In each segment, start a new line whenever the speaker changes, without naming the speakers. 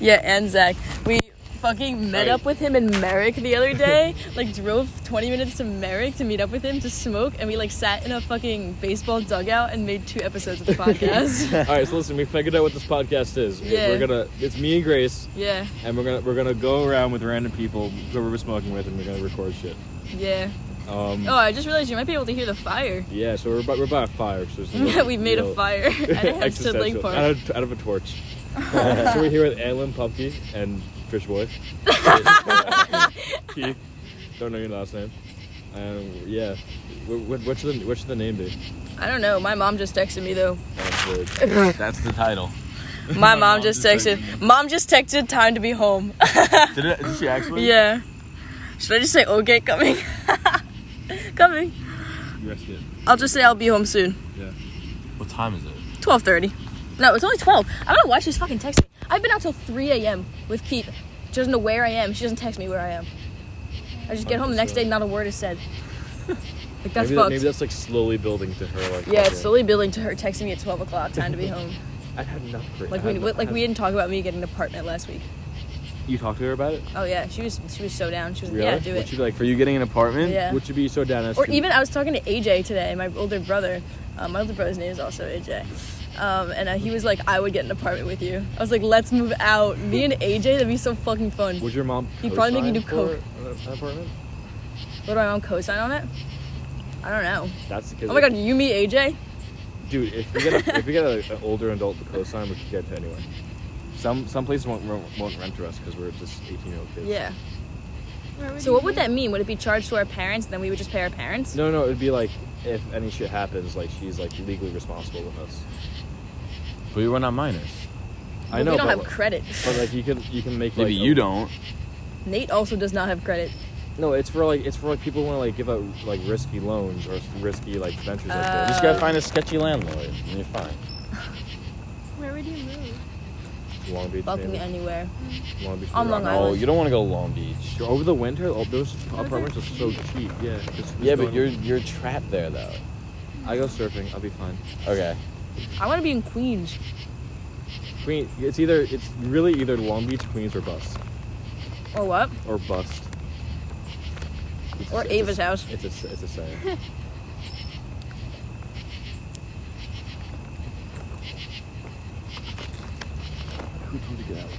Yeah, and Zach. We fucking met up with him in Merrick the other day. like drove 20 minutes to Merrick to meet up with him to smoke, and we like sat in a fucking baseball dugout and made two episodes of the podcast.
All right, so listen, we figured out what this podcast is.
Yeah.
We're gonna. It's me and Grace,
yeah,
and we're gonna we're gonna go around with random people who we're smoking with, and we're gonna record shit.
yeah.
Um,
Oh, I just realized you might be able to hear the fire.
Yeah, so we're by, we're by a fire. So it's a
Yeah,
little-
we made a
little
fire at a Hempstead
existential-
Lake Park.
Out of, out of a torch. so we're here with Alan Pumpkin and Fish Boy. Keith, don't know your last name. Um, yeah, what, what, what, should the, what should the name be? Uh,
I don't know. My mom just texted me though.
That's weird.
That's the title.
My mom just texted. Mom just texted time to be home.
Did, it, did she actually?
yeah. Should I just say okay coming? coming.
You risk it.
I'll just say I'll be home soon.
What time is it?
Twelve thirty. No, it's only twelve. I don't know why she's fucking texting. me. I've been out till three a.m. with Keith. She doesn't know where I am. She doesn't text me where I am. I just get home the next day, not a word is said. Like that's
maybe, that-
fucked.
maybe that's like slowly building to her. Like,
yeah,
okay.
it's slowly building to her texting me at twelve o'clock. Time to be home.
I've had enough. Great.
Like we, like we didn't talk about me getting an apartment last week.
You talked to her about it.
Oh yeah, she was she was so down. She was like,
Really?
yeah, do
Would
it.
she be like?
For you getting an apartment?
Yeah.
Would she be so down as?
Or
to-
even I was talking to AJ today, my older brother. Um, my older brother's name is also AJ. Um, and uh, he was like, I would get an apartment with you. I was like, let's move out. Me and AJ, that'd be so fucking fun.
Would your mom?
He'd probably make you do
co-sign
coke.
for an- an apartment?
Would my mom co-sign on it? I don't know.
That's because.
Oh my god, you meet AJ?
dude! If we get a, if we get a, an older adult to co-sign, we could get to anywhere. Some some places won't won't won't rent to us because we're just eighteen year old kids.
Yeah. So what would that mean? Would it be charged to our parents and then we would just pay our parents?
No, no, it would be like if any shit happens, like she's like legally responsible with us.
But we were not minors.
I
Well,
know,
We don't
but,
have credit.
but like you can you can make
Maybe
like
you
a-
don't.
Nate also does not have credit.
No, it's for like it's for like people who want to like give out like risky loans or risky like ventures like
Uh,
You
that.
just gotta find a sketchy landlord and you're fine.
Where would you move?
Just Long Beach,
Fucking
maybe.
anywhere.
Long Beach,
on
New
Long
York.
Island.
No, Oh, you don't want to go to Long Beach.
Over the winter, oh, those apartments are so cheap. Yeah. just- just
Yeah,
go
but
in-
you're you're trapped there though.
I go surfing. I'll be fine.
Okay.
I want to be in Queens.
Queen. It's either it's really either Long Beach, Queens, or bust
Or Oh, what?
or bust. It's
Or
it's
Ava's house.
It's a it's a saying. Who told you to get out?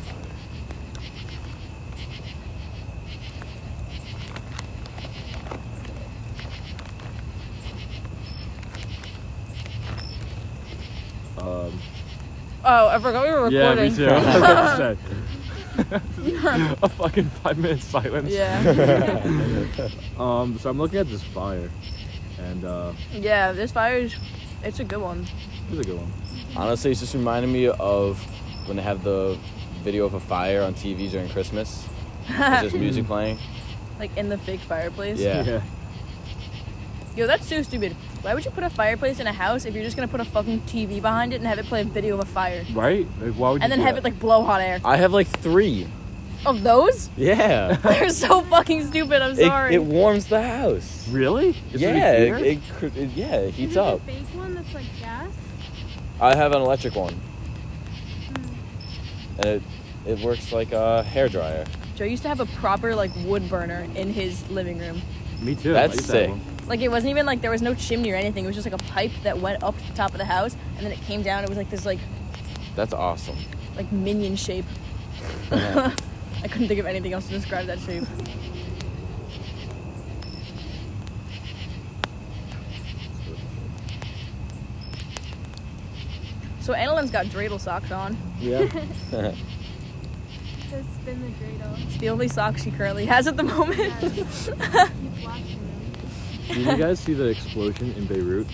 Um,
Oh, I forgot we were recording.
yeah, me too. I was about to say. a fucking five minute silence.
Yeah.
Um, so I'm looking at this fire, and uh,
yeah, this fire is it's a good one.
this is a good one.
Honestly, it's just reminding me of when they have the video of a fire on TV during Christmas. It's just music playing.
Like in the fake fireplace.
Yeah.
Yo, that's so stupid. Why would you put a fireplace in a house if you're just gonna put a fucking TV behind it and have it play a video of a fire?
Right? Like, why would you
And then
do
have
that?
it like blow hot air.
I have like three.
Of those?
Yeah.
They're so fucking stupid, I'm
it,
sorry.
it warms the house.
really? It's already
yeah,
here?
it, it, cr- it- yeah, it heats
Is it
up.
The fake one that's like gas.
I have an electric one,
Hmm.
and it it works like a hair dryer.
Joe used to have a proper like wood burner in his living room.
Me too.
That's
I used to
sick.
have one.
Like it wasn't even like there was no chimney or anything. It was just like a pipe that went up to the top of the house and then it came down. It was like this like
That's awesome.
like minion shape. I couldn't think of anything else to describe that shape. So Annalyn's got dreidel socks on.
Yeah.
Just spin the dreidel.
It's the only socks she currently has at the moment.
Keep watching them.
Did you guys see the explosion in Beirut?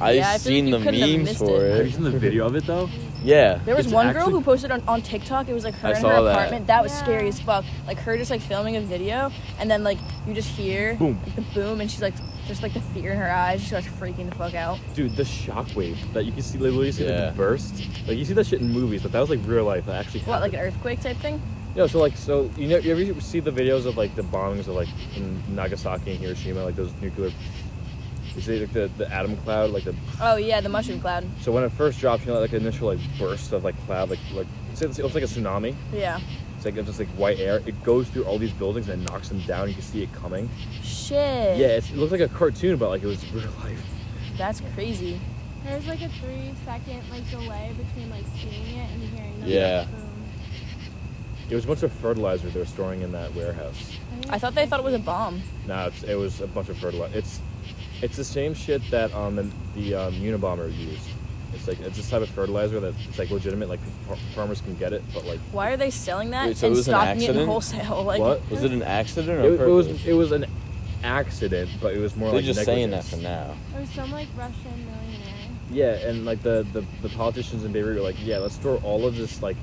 I've
Yeah, I feel like
seen
you
the
couldn't have
memes
missed
for
it.
Have you
it.
seen the video of it though?
Yeah.
There was
It's
one girl
actually-
who posted on, on TikTok. It was like her
I
in her
saw that.
apartment. That was
Yeah.
scary as fuck. Like her just like filming a video, and then like you just hear
Boom.
like, the boom, and she's like just like the fear in her eyes. She starts freaking the fuck out.
Dude, the shockwave that you can see literally see
Yeah.
like, the burst. Like you see that shit in movies, but that was like real life. That actually
What like
happened.
an earthquake type thing?
Yeah, so like, so you know, you ever see the videos of like the bombings of like in Nagasaki and Hiroshima, like those nuclear? You see like the, the atom cloud, like the
Oh yeah, the mushroom cloud.
so when it first drops, you know, like the initial like burst of like cloud, like like it's, it's almost like a tsunami.
Yeah.
It's like it's just like white air. It goes through all these buildings and it knocks them down. You can see it coming.
Shit.
Yeah, it's, it looks like a cartoon, but like it was real life.
That's crazy.
There's like a three second like delay between like seeing it and hearing the
Yeah.
boom.
It was a bunch of fertilizer they were storing in that warehouse.
I thought they thought it was a bomb.
No, it's, it was a bunch of fertilizer. It's it's the same shit that um the, the um, Unabomber used. It's like it's this type of fertilizer that it's like legitimate. Like far- farmers can get it, but like
Why are they selling that
Wait, so it
and
was an
stocking it in
accident?
wholesale? Like,
What?
Was it an accident or
it,
a
it was
purpose?
it was an accident, but it was more
They're
like
just saying that
negligence.
for now.
Or some like Russian millionaire.
Yeah, and like the, the, the politicians in Beirut were like, yeah, let's store all of this like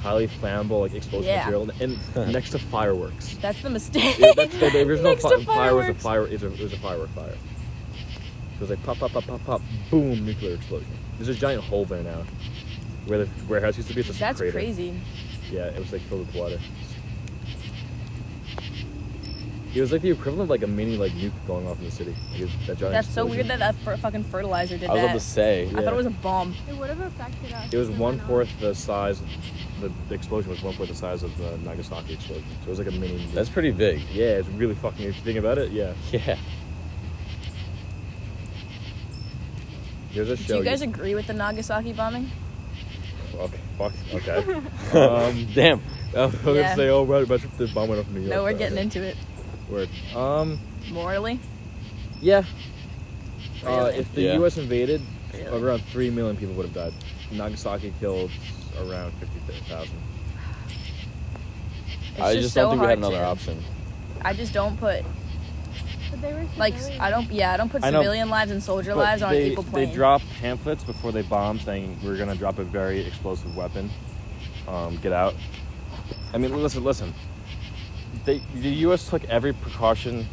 highly flammable like explosive
Yeah.
material in, next to fireworks.
That's the mistake.
Yeah, that's the, the original
Next
fi-
to
fire was a
fireworks.
fire is a, it was a firework fire. It was like pop pop pop pop pop boom nuclear explosion. There's a giant hole there now, where the warehouse used to be. It's just a
That's
crater.
crazy.
Yeah, it was like filled with water. It was like the equivalent of like a mini like nuke going off in the city. Like, it was that giant
That's so weird
explosion.
that that fer- fucking fertilizer did
I was
that.
about to say.
I
Yeah.
thought it was a bomb.
It would have affected us.
It was
if went
one
off.
fourth the size. The the explosion was one fourth the size of the Nagasaki explosion. So it was like a mini.
That's pretty big.
yeah. It's really fucking. If you think about it, yeah.
Yeah.
Here's a
Do
show.
you guys agree with the Nagasaki bombing?
okay. Fuck. Okay. um.
Damn.
I was gonna
Yeah.
say, oh right, but the bomb went off in New York.
No, we're
Okay.
getting into it
Word. Um.
morally.
Yeah. Uh,
Really?
if the
Yeah.
U.S. invaded,
Really?
around three million people would have died. Nagasaki killed around fifty thousand.
It's
I just,
so
don't think we had
hard
another
to-
option.
I just don't put
But they were
like
civilians.
I don't yeah I don't put
I know,
civilian lives and soldier lives on an equal plane.
They drop pamphlets before they bomb saying we're gonna drop a very explosive weapon. Um, get out. I mean, listen, listen. They, the U.S. took every precaution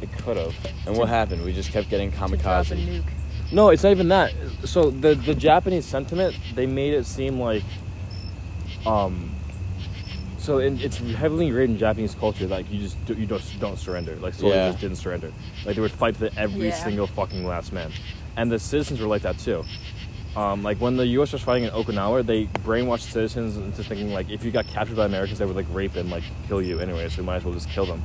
it could have.
And what happened? We just kept getting
to drop a
kamikaze.
nuke.
No, it's not even that. So the the Japanese sentiment they made it seem like, um, so in, it's heavily ingrained in Japanese culture. Like you just do, you just don't surrender. Like soldiers
Yeah.
just didn't surrender. Like they would fight for every
Yeah.
single fucking last man, and the citizens were like that too. Um, like when the U.S. was fighting in Okinawa, they brainwashed citizens into thinking like if you got captured by Americans, they would like rape and like kill you anyway. So we might as well just kill them.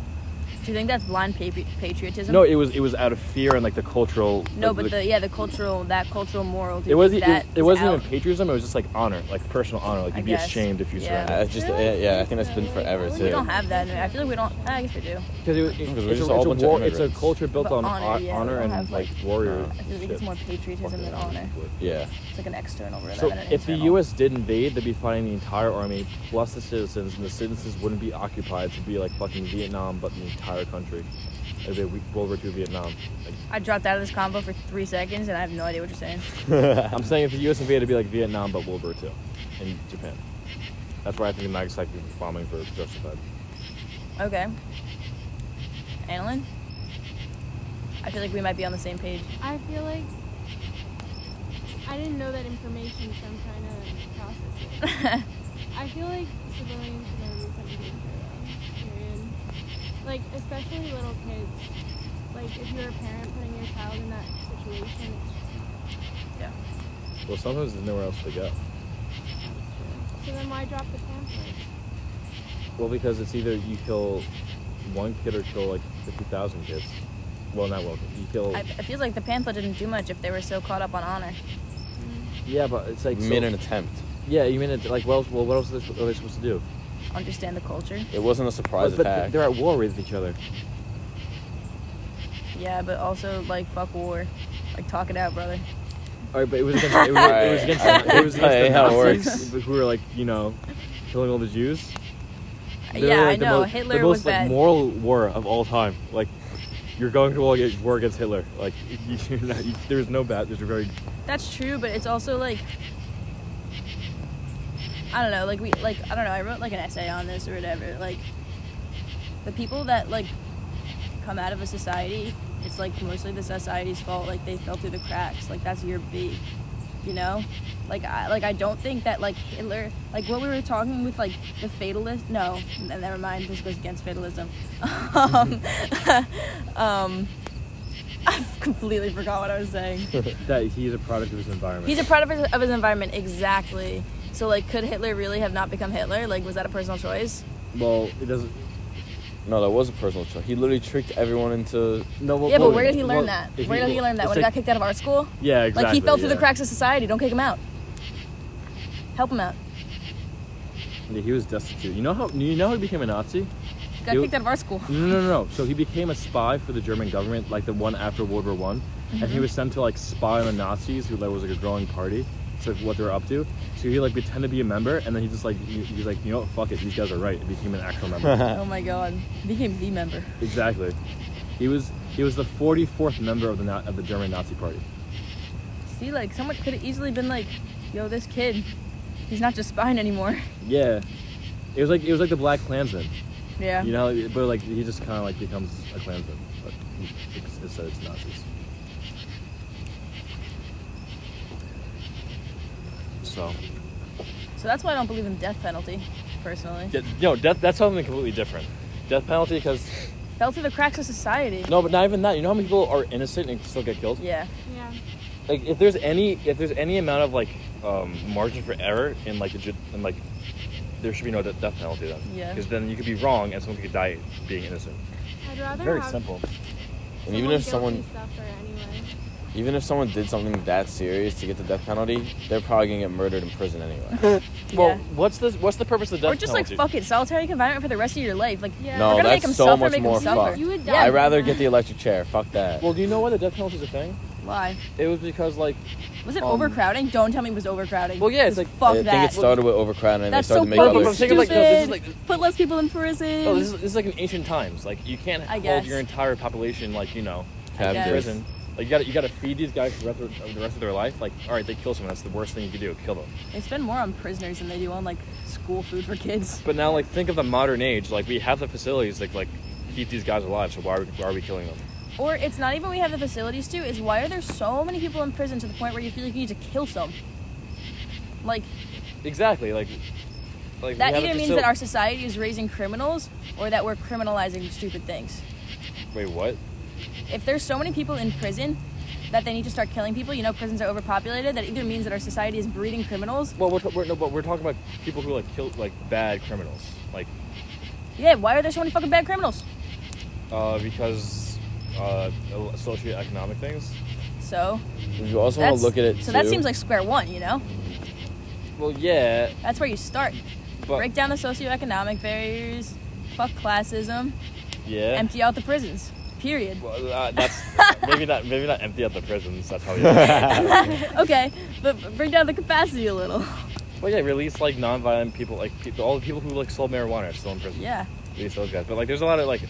Do you think that's blind pa- patriotism?
No, it was it was out of fear and like the cultural.
No, but the yeah the cultural that cultural moral. do
It
you
wasn't.
think
It,
that
it
is
wasn't
out?
even patriotism. It was just like honor, like personal honor. Like
I
you'd be
guess.
ashamed if you
Yeah.
surrendered.
I just, yeah, I think that's been forever too.
We don't have that. in- I feel like we don't. ah, I guess we do.
Because Uh, it, it,
we're
it's,
just
a,
all
it's, a
bunch of
war, it's a
immigrants.
culture built
But
on
honor,
honor,
yeah, we
honor
don't
and
have,
like,
like,
warrior.
I feel like
shit.
it's more patriotism than honor.
Yeah.
It's like an external rather
So
than an
if the
internal.
U.S. did invade, they'd be fighting the entire army plus the citizens, and the citizens wouldn't be occupied. It'd be like fucking Vietnam, but the entire country. It'd be World War II Vietnam. Like,
I dropped out of this combo for three seconds and I have no idea what you're saying.
I'm saying if the U.S. invaded, it'd be like Vietnam, but World War II in Japan. That's why I think the Nagasaki bombing was justified.
Okay. Annalyn? I feel like we might be on the same page.
I feel like I didn't know that information, so I'm trying to process it. I feel like civilians should never be put in danger, though. Period. Like, especially little kids. Like, if you're a parent putting your child in that situation, it's just
yeah.
Well, sometimes there's nowhere else to go.
not true. So then why drop the pamphlet?
Well, because it's either you kill one kid or kill like 50,000 kids. Well, not one. You kill.
I, it feels like the pamphlet didn't do much if they were so caught up on honor.
Mm-hmm.
yeah, but it's like.
We
so-
made an attempt.
yeah, you mean it. Like, well, well what else are they, are they supposed to do?
Understand the culture.
It wasn't a surprise
But- but
attack.
they're at war with each other.
Yeah, but also, like, fuck war. Like, talk it out, brother.
All right, but it was against. It was, it was
Alright,
against.
alright.
It was against
Hey,
the
how it
Nazis
works.
who were like, you know, killing all the Jews. They were,
yeah,
like,
I
the
know.
mo-
Hitler
the most,
was
like,
bad.
moral war of all time. Like, you're going to war against- war against Hitler. Like, you're not, you, there's no bad. There's a very
That's true, but it's also like I don't know, like we like I don't know, I wrote like an essay on this or whatever. Like the people that like come out of a society, it's like mostly the society's fault, like they fell through the cracks. Like that's your beat. You know? Like I like I don't think that like Hitler like what we were talking with like the fatalist no, n- never mind, this goes against fatalism. um, um I completely forgot what I was saying.
that he's a product of his environment.
He's a product of his, of his environment, exactly. So like, could Hitler really have not become Hitler? Like, was that a personal choice?
Well, it doesn't.
No, that was a personal choice. He literally tricked everyone into.
No. Well,
yeah, but
well,
where did he learn
well,
that?
if
Where did he learn that?
it's
When he got
like-
kicked out of art school?
Yeah, exactly.
like he fell through
yeah.
the cracks of society. Don't kick him out. Help him out.
Yeah, he was destitute. You know how? You know how he became a Nazi?
Got
You-
kicked out of our school.
No, no, no, no. So he became a spy for the German government, like the one after World War One, and
Mm-hmm.
he was sent to like spy on the Nazis, who like was like a growing party. So like, what they were up to. So he like pretended to be a member, and then he just like he, he's like, you know what? Fuck it, these guys are right. He became an actual member.
Oh my god. Became the member.
exactly. He was he was the 44th member of the Na- of the German Nazi Party.
See, like someone could have easily been like, yo, this kid, he's not just spying anymore.
Yeah. It was like it was like the Black Klansman.
Yeah.
You know, but like he just kind of like becomes a Klansman, but he- it's, it's, it's Nazis. So,
So that's why I don't believe in death penalty, personally.
yeah, no, death, that's something completely different. Death penalty because
Fell through the cracks of society.
no, but not even that. You know how many people are innocent and still get killed?
Yeah.
Yeah.
Like if there's any if there's any amount of like um, margin for error in like the ju- in like there should be no de- death penalty then.
Yeah.
Because then you could be wrong and someone could die being innocent.
I'd rather
Very
have
simple.
And even if someone,
guilty suffer anyway.
even if someone did something that serious to get the death penalty, they're probably gonna get murdered in prison anyway.
Well,
Yeah.
what's the what's the purpose of the death
Or just like
penalty?
fuck it, solitary confinement for the rest of your life. Like we're
Yeah.
no,
gonna make him
that's so
suffer,
much
make him
more
suffer.
fucked.
You would die.
I'd rather get the electric chair. Fuck that.
Well, do you know why the death penalty is a thing?
why?
It was because like
Was it
Um,
overcrowding? Don't tell me it was overcrowding.
Well, yeah, it's
'Cause
like- oh,
I
fuck
think
that.
it started with overcrowding and
that's
they started
so
to make
fucking
fucking
others.
Think of,
stupid.
like, no, this is like-
Put less people in prison.
oh, this is, this is like an ancient times. Like you can't
I
hold
guess.
your entire population like you know
Captive.
guess.
prison. Like you got to you got to feed these guys the rest, of, the rest of their life. Like all right, they kill someone. That's the worst thing you could do. Kill them.
They spend more on prisoners than they do on like school food for kids.
But now like think of the modern age. Like we have the facilities that like keep these guys alive. So why are we, why are we killing them?
Or it's not even we have the facilities to. Is why are there so many people in prison to the point where you feel like you need to kill some? Like
Exactly. Like like
that
we have
either
a
means
facil-
that our society is raising criminals or that we're criminalizing stupid things.
wait what?
If there's so many people in prison that they need to start killing people, you know, prisons are overpopulated. That either means that our society is breeding criminals.
Well, we're, t- we're no, but we're talking about people who like kill like bad criminals. Like
Yeah, why are there so many fucking bad criminals?
uh, because uh, socioeconomic things.
So
You also want to look at it.
so that
too.
seems like square one, you know.
Well, yeah,
That's where you start.
but
Break down the socioeconomic barriers, fuck classism,
yeah.
empty out the prisons. Period.
Well, uh, that's maybe not maybe not empty at the prisons. That's how. you
okay, but b- bring down the capacity a little.
Well, yeah, release like non-violent people, like people, all the people who like sold marijuana are still in prison.
Yeah.
release those guys. But like, there's a lot of like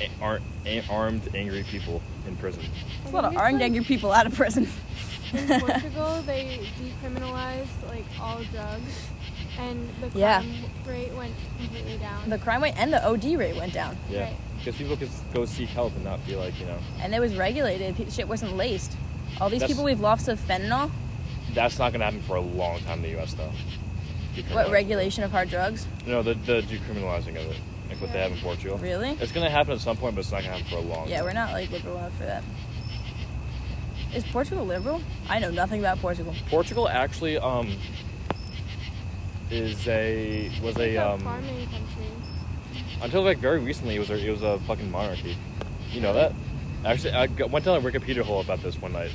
a- ar- a- armed, angry people in prison.
I
It's a lot of
think it's,
armed,
like,
angry people out of prison.
In Portugal, they decriminalized like all drugs, and the crime
Yeah.
rate went completely down.
The crime rate and the OD rate went down,
Yeah,
Right.
because people could s- go seek help and not be like, you know,
and it was regulated. Pe- Shit wasn't laced. All these
That's-
people we've lost to fentanyl.
that's not gonna happen for a long time in the U.S. though.
What
Decriminalizing.
regulation of hard drugs?
No, the the decriminalizing of it, like what they have in Portugal.
Really?
It's gonna happen at some point, but it's not gonna happen for a long.
Yeah,
time.
we're not like liberal enough for that. Is Portugal liberal? I know nothing about Portugal.
Portugal actually um is a was
It's
a
a
um
farming country.
until like very recently it was a, it was a fucking monarchy. You know that? Actually, I got, went down a Wikipedia hole about this one night.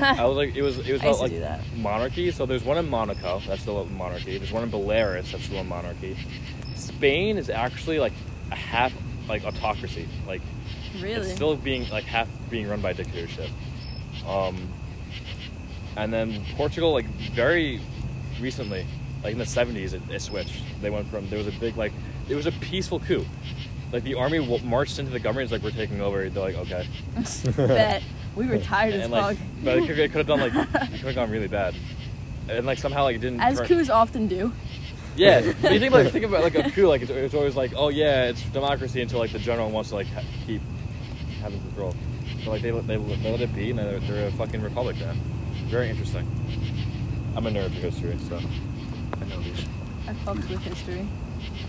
I was like, it was it was
I used
about
to
like
do that.
monarchy. So there's one in Monaco that's still a monarchy. There's one in Belarus that's still a monarchy. Spain is actually like a half like autocracy. Like
Really?
it's still being like half being run by a dictatorship. Um, and then Portugal, like very recently, like in the seventies, it, it switched. They went from there was a big like it was a peaceful coup. Like the army w- marched into the government, it's like we're taking over. They're like, okay,
Bet we were tired as
and like,
fuck.
but it could, it could have done like it could have gone really bad, and like somehow like it didn't.
As
turn-
coups often do.
Yeah, but you think like think about like a coup, like it's, it's always like, oh yeah, it's democracy until like the general wants to like ha- keep having control. So like they let- they, let- they let it be, and they're, they're a fucking republic now. Very interesting. I'm a nerd of history, so I know these.
I fucked with history.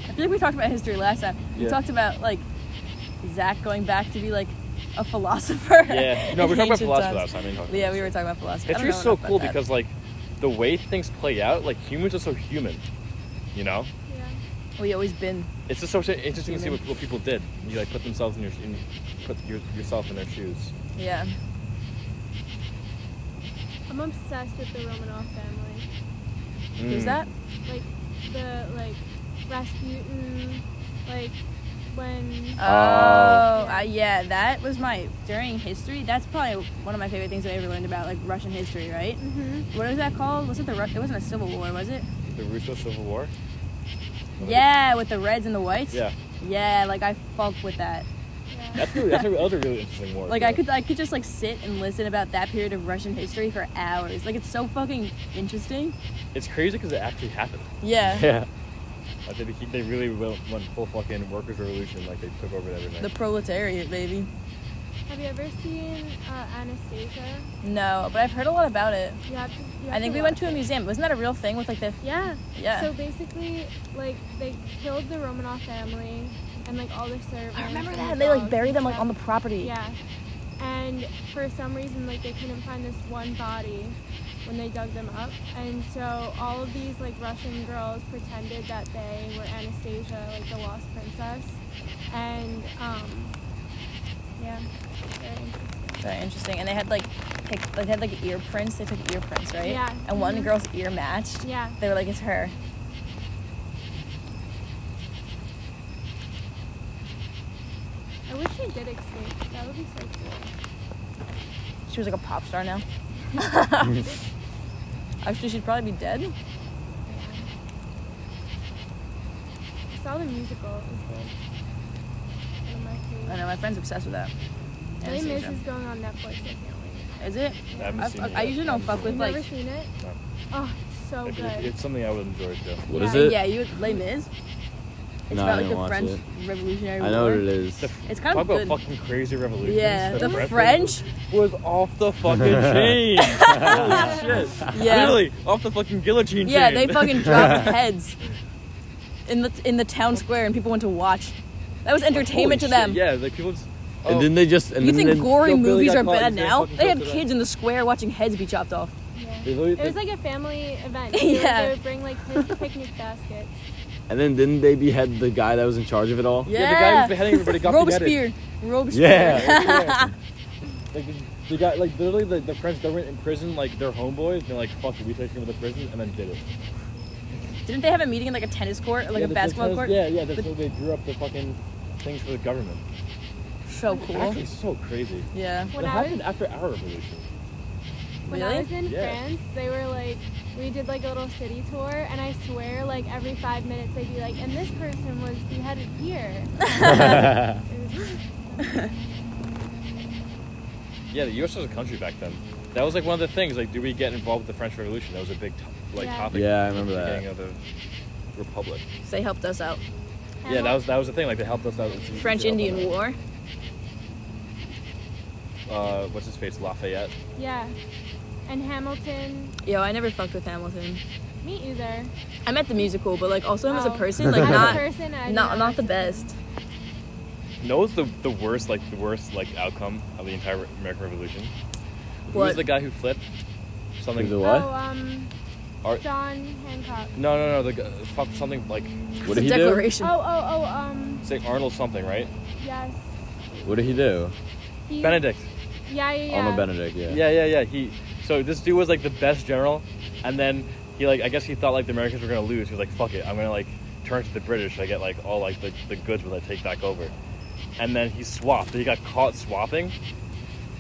I feel like we talked about history last time. We
Yeah.
talked about like Zach going back to be like a philosopher.
Yeah, no,
in
we talked about
ancient
philosophy
times.
last time. we didn't talk
Yeah,
about
we
history.
were talking about philosophy. I don't
History's
know
so
enough
cool
about that.
because like the way things play out, like humans are so human, you know.
Yeah.
We always been.
It's just so sh- interesting to see
Human.
what, what people did. You like put themselves in your in, put your, yourself in their shoes.
Yeah.
I'm obsessed with the Romanov family.
Who's
Mm.
that?
Like the like Rasputin, like when uh,
Oh, I, yeah, that was my during history. That's probably one of my favorite things I ever learned about like Russian history, right?
hmm
What was that called? Wasn't the Ru- it wasn't a civil war, was it?
The Russo Civil War.
Yeah, with the reds and the whites.
Yeah.
Yeah, like I fuck with that.
yeah.
That's really, that's another really interesting war.
Like
too.
I could I could just like sit and listen about that period of Russian history for hours. Like it's so fucking interesting.
It's crazy because it actually happened.
Yeah.
Yeah. Like they, became- they really went, went full fucking workers' revolution. Like they took over everything.
The proletariat, baby.
Have you ever seen uh, Anastasia?
No, but I've heard a lot about it.
You have to, you have
I think we
watch
went to a
it.
museum. Wasn't that a real thing with like the
Yeah.
Yeah.
So basically, like they killed the Romanov family and like all their servants.
I remember
and
that.
their
They like
dogs
bury
and
them like
stuff.
on the property.
Yeah. And for some reason, like they couldn't find this one body when they dug them up, and so all of these like Russian girls pretended that they were Anastasia, like the lost princess, and um, yeah. Very interesting.
Very interesting. And they had like pic- like, they had like ear prints. They took ear prints, right?
Yeah.
And one
Mhm.
girl's ear matched.
Yeah.
They were like, it's her.
I wish she did escape. That would be so cool.
She was like a pop star now. Actually, she'd probably be dead.
I saw the musical. It was
Uh-huh.
good. One of my
I know
favorites.
my friend's obsessed with that.
Blame Miss
Anastasia.
is going on Netflix. I can't wait.
Is it?
I haven't
I-
seen
I-
it
I
yet.
usually don't
I
fuck
haven't seen
with
You've
like.
never seen it?
No.
Oh, it's so
It- it-
good.
it's something I would enjoy too.
What
Yeah.
is
yeah,
it?
Yeah, you Les Mis. It's
No, I
about like
didn't
the
watch
French
it.
Revolutionary War.
I know what it is.
The-
It's kind of
Talk
good.
about fucking crazy revolution.
Yeah, the French.
was off the fucking chain. Holy shit.
Yeah.
Really, off the fucking guillotine
Yeah,
chain.
they fucking dropped heads in the in the town square, and people went to watch. That was entertainment to
Holy
them.
Shit. Yeah, like people just. Oh,
And then they just and
You
then
think
they,
gory
Yo, Billy
movies
got
are
caught,
bad
he's gonna
now?
fucking
They
go
had
to that.
kids in the square watching heads be chopped off.
Yeah.
they literally-
It was
they-
like a family event. They would-
Yeah.
They would bring like pic- picnic baskets.
and then didn't they behead the guy that was in charge of it all?
Yeah.
yeah, the guy who was beheading everybody got beheaded.
Robespierre. Robespierre.
Yeah, Like the, the guy, like literally, the, the French government imprisoned like their homeboys. And they're like, "Fuck it, we take him to the prison," and then did it.
Didn't they have a meeting in like a tennis court, or like
Yeah,
a
the- the
basketball
tennis-
court?
Yeah, yeah. That's what they drew up the fucking things for the government.
So cool.
Actually, so crazy.
Yeah.
When
it
I
happened
was
after our revolution.
when
Really?
I was in
Yeah.
France, they were like we did like a little city tour, and I swear like every five minutes they'd be like, and this person was beheaded here. It was-
Yeah, the U.S. was a country back then. That was like one of the things. Like, do we get involved with the French Revolution? That was a big to- like
Yeah.
topic.
Yeah, I
at the
remember that.
Beginning of the Republic.
They helped us out.
and
Yeah, that
what-
was that was the thing. Like, they helped us out. with-
French Indian War.
Uh, what's his face? Lafayette.
Yeah. And Hamilton,
Yo, I never fucked with Hamilton.
me either.
I met the musical, but like also him as a
Oh.
person, like
As a
not
person, I did
not not the
see.
best.
No, it's the the worst like the worst like outcome of the entire American Revolution. Who
What?
was the guy who flipped? Something.
Who the- What?
Oh, um,
Ar-
John Hancock.
no, no, no. The gu- fuck something like
it's
What did
a
he do?
declaration.
Oh, oh, oh, um,
say Arnold something, right?
yes.
What did he do?
He-
Benedict.
Yeah, yeah, yeah.
Arnold Benedict. Yeah.
Yeah, yeah, yeah. He so this dude was like the best general, and then he like I guess he thought like the Americans were gonna lose. He was like, fuck it, I'm gonna like turn to the British. I get like all like the, the goods when I take back over. And then he swapped. He got caught swapping,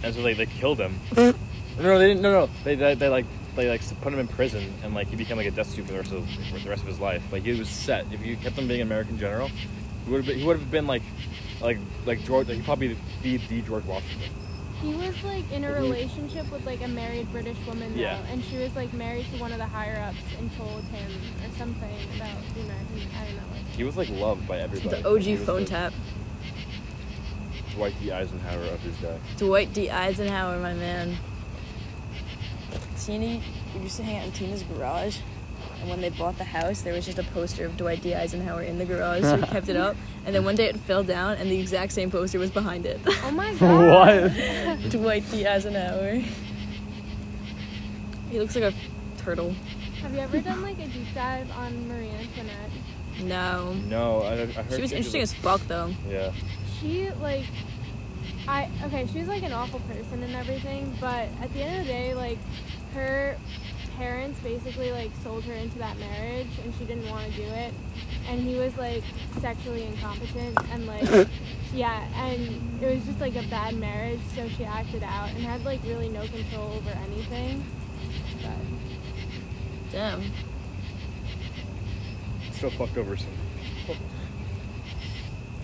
and so they they killed him. no, no, they didn't. No, no, they they, they like. They like put him in prison, and like he became like a destitute for the rest of for the rest of his life. Like he was set. If you kept him being an American general, he would have been, he would have been like, like like George. Like, he'd probably be the George Washington.
He was like in a relationship with like a married British woman, though,
Yeah.
and she was like married to one of the higher ups and told him or something about the American. I don't know. Like,
He was like loved by everybody.
The OG
He was
phone
the
tap.
Dwight D. Eisenhower of his guy.
Dwight D. Eisenhower, my man. Teeny, we used to hang out in Tina's garage, and when they bought the house, there was just a poster of Dwight D. Eisenhower in the garage, so we kept it up. And then one day it fell down, and the exact same poster was behind it.
oh my god!
What?
Dwight D. Eisenhower. He looks like a turtle.
Have you ever done like a deep dive on Marie Antoinette?
No.
No, I, I heard
She was
she
interesting as fuck though.
yeah.
She like, I okay, she was like an awful person and everything, but at the end of the day, like, her parents basically like sold her into that marriage, and she didn't want to do it, and he was like sexually incompetent and like. Yeah, and it was just like a bad marriage, so she acted out and had like really no control over anything. But
Damn.
Still fucked over some.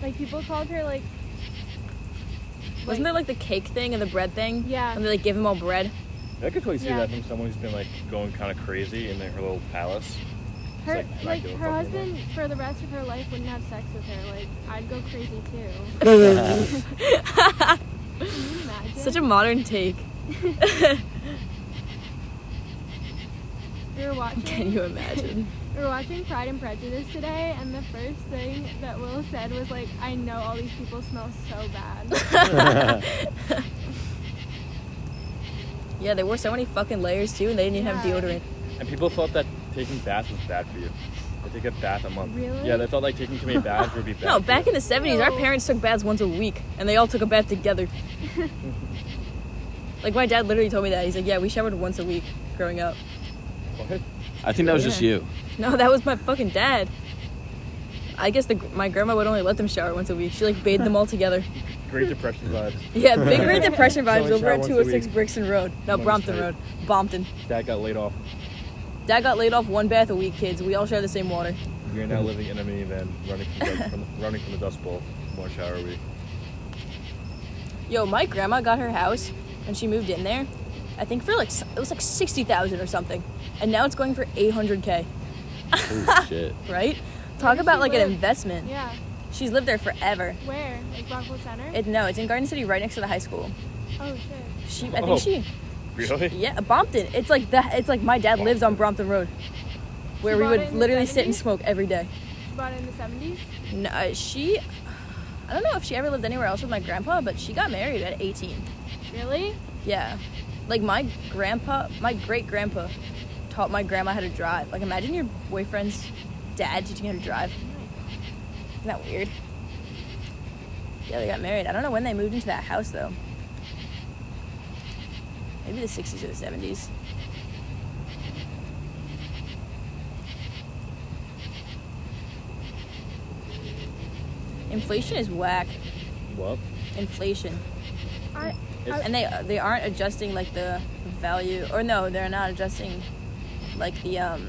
Like people called her like.
Wasn't there like the cake thing and the bread thing?
Yeah.
And they like gave him all bread.
I could totally see
Yeah.
that from someone who's been like going kind of crazy in their little palace.
her
like, not
like,
give a
her
fuck
husband for the rest of her life wouldn't have sex with her? Like I'd go crazy too. Can you imagine?
Such a modern take.
we were watching.
Can you imagine?
We were watching Pride and Prejudice today, and the first thing that Will said was like, "I know all these people smell so bad."
Yeah, there were so many fucking layers too, and they didn't even have
Yeah.
deodorant.
And people thought that taking baths was bad for you. They take a bath a month.
Really?
Yeah, they thought like taking too many baths would be bad.
No,
for
back
you.
in the 70s, our
No.
parents took baths once a week, and they all took a bath together. like, my dad literally told me that. He's like, yeah, we showered once a week growing up.
What?
I think that was just
Yeah.
you.
No, that was my fucking dad. I guess the, my grandma would only let them shower once a week. She, like, bathed them all together.
Great Depression vibes.
Yeah, big Great Depression
Shower
vibes over at
once a
206
week.
Brixton Road. No,
Mother's
Brompton
tight.
Road. Brompton.
Dad got laid off.
Dad got laid off one bath a week, kids. We all share the same water.
You're now living in a minivan, running from the, from the, running from the dust bowl. One shower a week.
Yo, my grandma got her house and she moved in there. I think for like s- it was like sixty thousand or something, and now it's going for eight hundred k.
Holy shit.
Right? Talk
does
about
she
like an
live?
investment.
yeah.
She's lived there forever.
Where? Like Rockwell Center?
It, no, it's in Garden City, right next to the high school.
oh shit.
She, I think
Oh.
she,
Really?
yeah, Brompton. It's like the, it's like my dad lives on Brompton Road, where
She
we
bought it
would
in the
literally sit and
70s?
smoke every day.
She bought it in the seventies.
No, uh, she, I don't know if she ever lived anywhere else with my grandpa, but she got married at eighteen.
Really?
Yeah. Like my grandpa, my great grandpa taught my grandma how to drive. Like imagine your boyfriend's dad teaching you how to drive. Isn't that weird? Yeah, they got married. I don't know when they moved into that house though. Maybe the 60s or the 70s. Inflation is whack.
Well,
Inflation
I.
It's-
and they they aren't adjusting like the value or no they're not adjusting like the um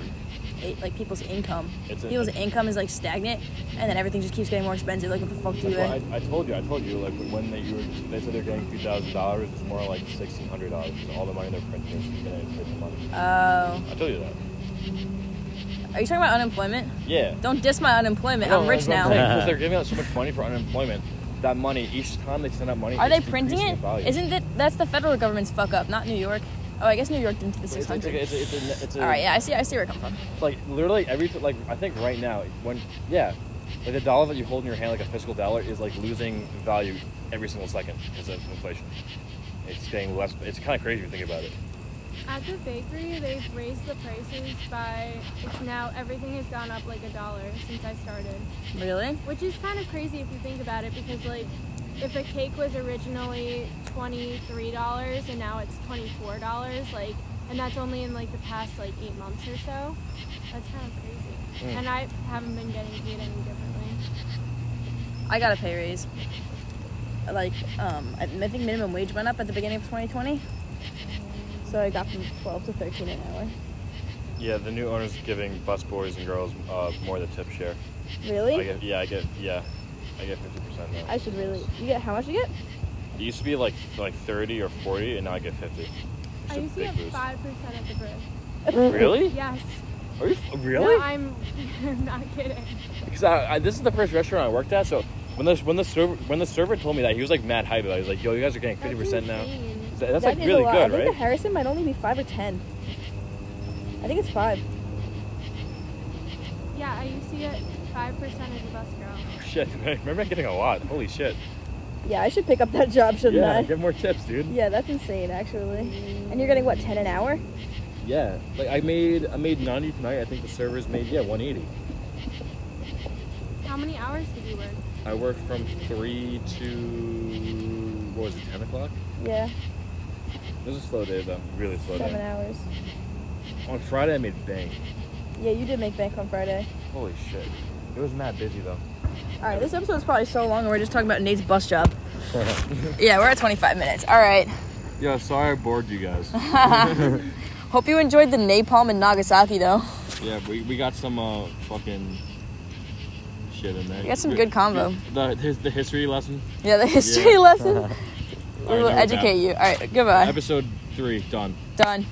it, like people's income
It's a-
people's income is like stagnant and then everything just keeps getting more expensive like what the fuck do
that's
you
why I, I told you. I told you like when they you were, they said they're getting two thousand dollars. It's more like sixteen hundred dollars. All the money they're printing is gonna inflate the money.
oh are
I told you that.
you talking about unemployment
Yeah.
don't diss my unemployment i'm rich now
Because they're giving out so much money for unemployment. That money, each time they send out money,
are they
it's
printing
decreasing
it
in value.
isn't that that's the federal government's fuck up not new york oh i guess new york didn't do the
It's, it's, a,
600
it's, a, it's, a, it's a-
all right yeah i see i see where it comes from
Like literally every t- like I think right now when yeah, like the dollar that you hold in your hand like a physical dollar is like losing value every single second because of inflation. It's getting less. It's kind of crazy if you think about it.
At the bakery, they've raised the prices by. It's now everything has gone up like a dollar since I started,
really
which is kind of crazy if you think about it. Because like, if a cake was originally twenty three dollars and now it's twenty four dollars, like, and that's only in like the past like eight months or so. That's kind of crazy.
Mm.
And I haven't been getting paid any differently.
I got a pay raise. Like, um, I I think minimum wage went up at the beginning of 2020. So I got from 12 to 13 an hour.
Yeah, the new owner's giving bus boys and girls uh, more of the tip share. I
Really?
get, Oh, yeah, I get yeah, I get fifty percent now.
I should really. You get how much you get?
It used to be like like thirty or forty, and now I get fifty. It's
I
a
used to
big
get
boost.
five percent at the bridge.
Really?
Yes.
Are you f- really?
No, I'm, I'm not kidding.
Because I, I, this is the first restaurant I worked at, so when the when the server when the server told me that he was like mad hype about it. He was like, "Yo, you guys are getting
That's
fifty percent now."
insane.
Th- That's
That
like
is
really
a lot. I
good,
think the
right?
Harrison might only be five or ten. I think it's five.
Yeah, I used to get five percent as a bus girl.
Shit, I remember getting a lot. Holy shit!
Yeah, I should pick up that job, shouldn't
yeah,
I?
get more tips, dude.
Yeah, that's insane, actually. And you're getting what, ten an hour?
Yeah, Yeah, like I made I made 90 tonight. I think the servers made yeah 180.
How many hours did you work?
I worked from three to what was it 10 o'clock?
Yeah,
It was a slow day though, really slow
seven
day.
hours.
On Friday I made bank.
Yeah, you did make bank on Friday.
Holy shit, it was mad busy though.
All right, this episode is probably so long, and we're just talking about Nate's bus job. yeah, we're at 25 minutes. All right.
Yeah, sorry I bored you guys.
Hope you enjoyed the napalm in Nagasaki, though.
yeah, we, we got some uh fucking shit in there.
We got some good combo.
The his- the history lesson.
Yeah, the history
Yeah.
lesson.
All
We
right,
will
now we're done.
educate you. All right, goodbye.
Episode three done.
Done.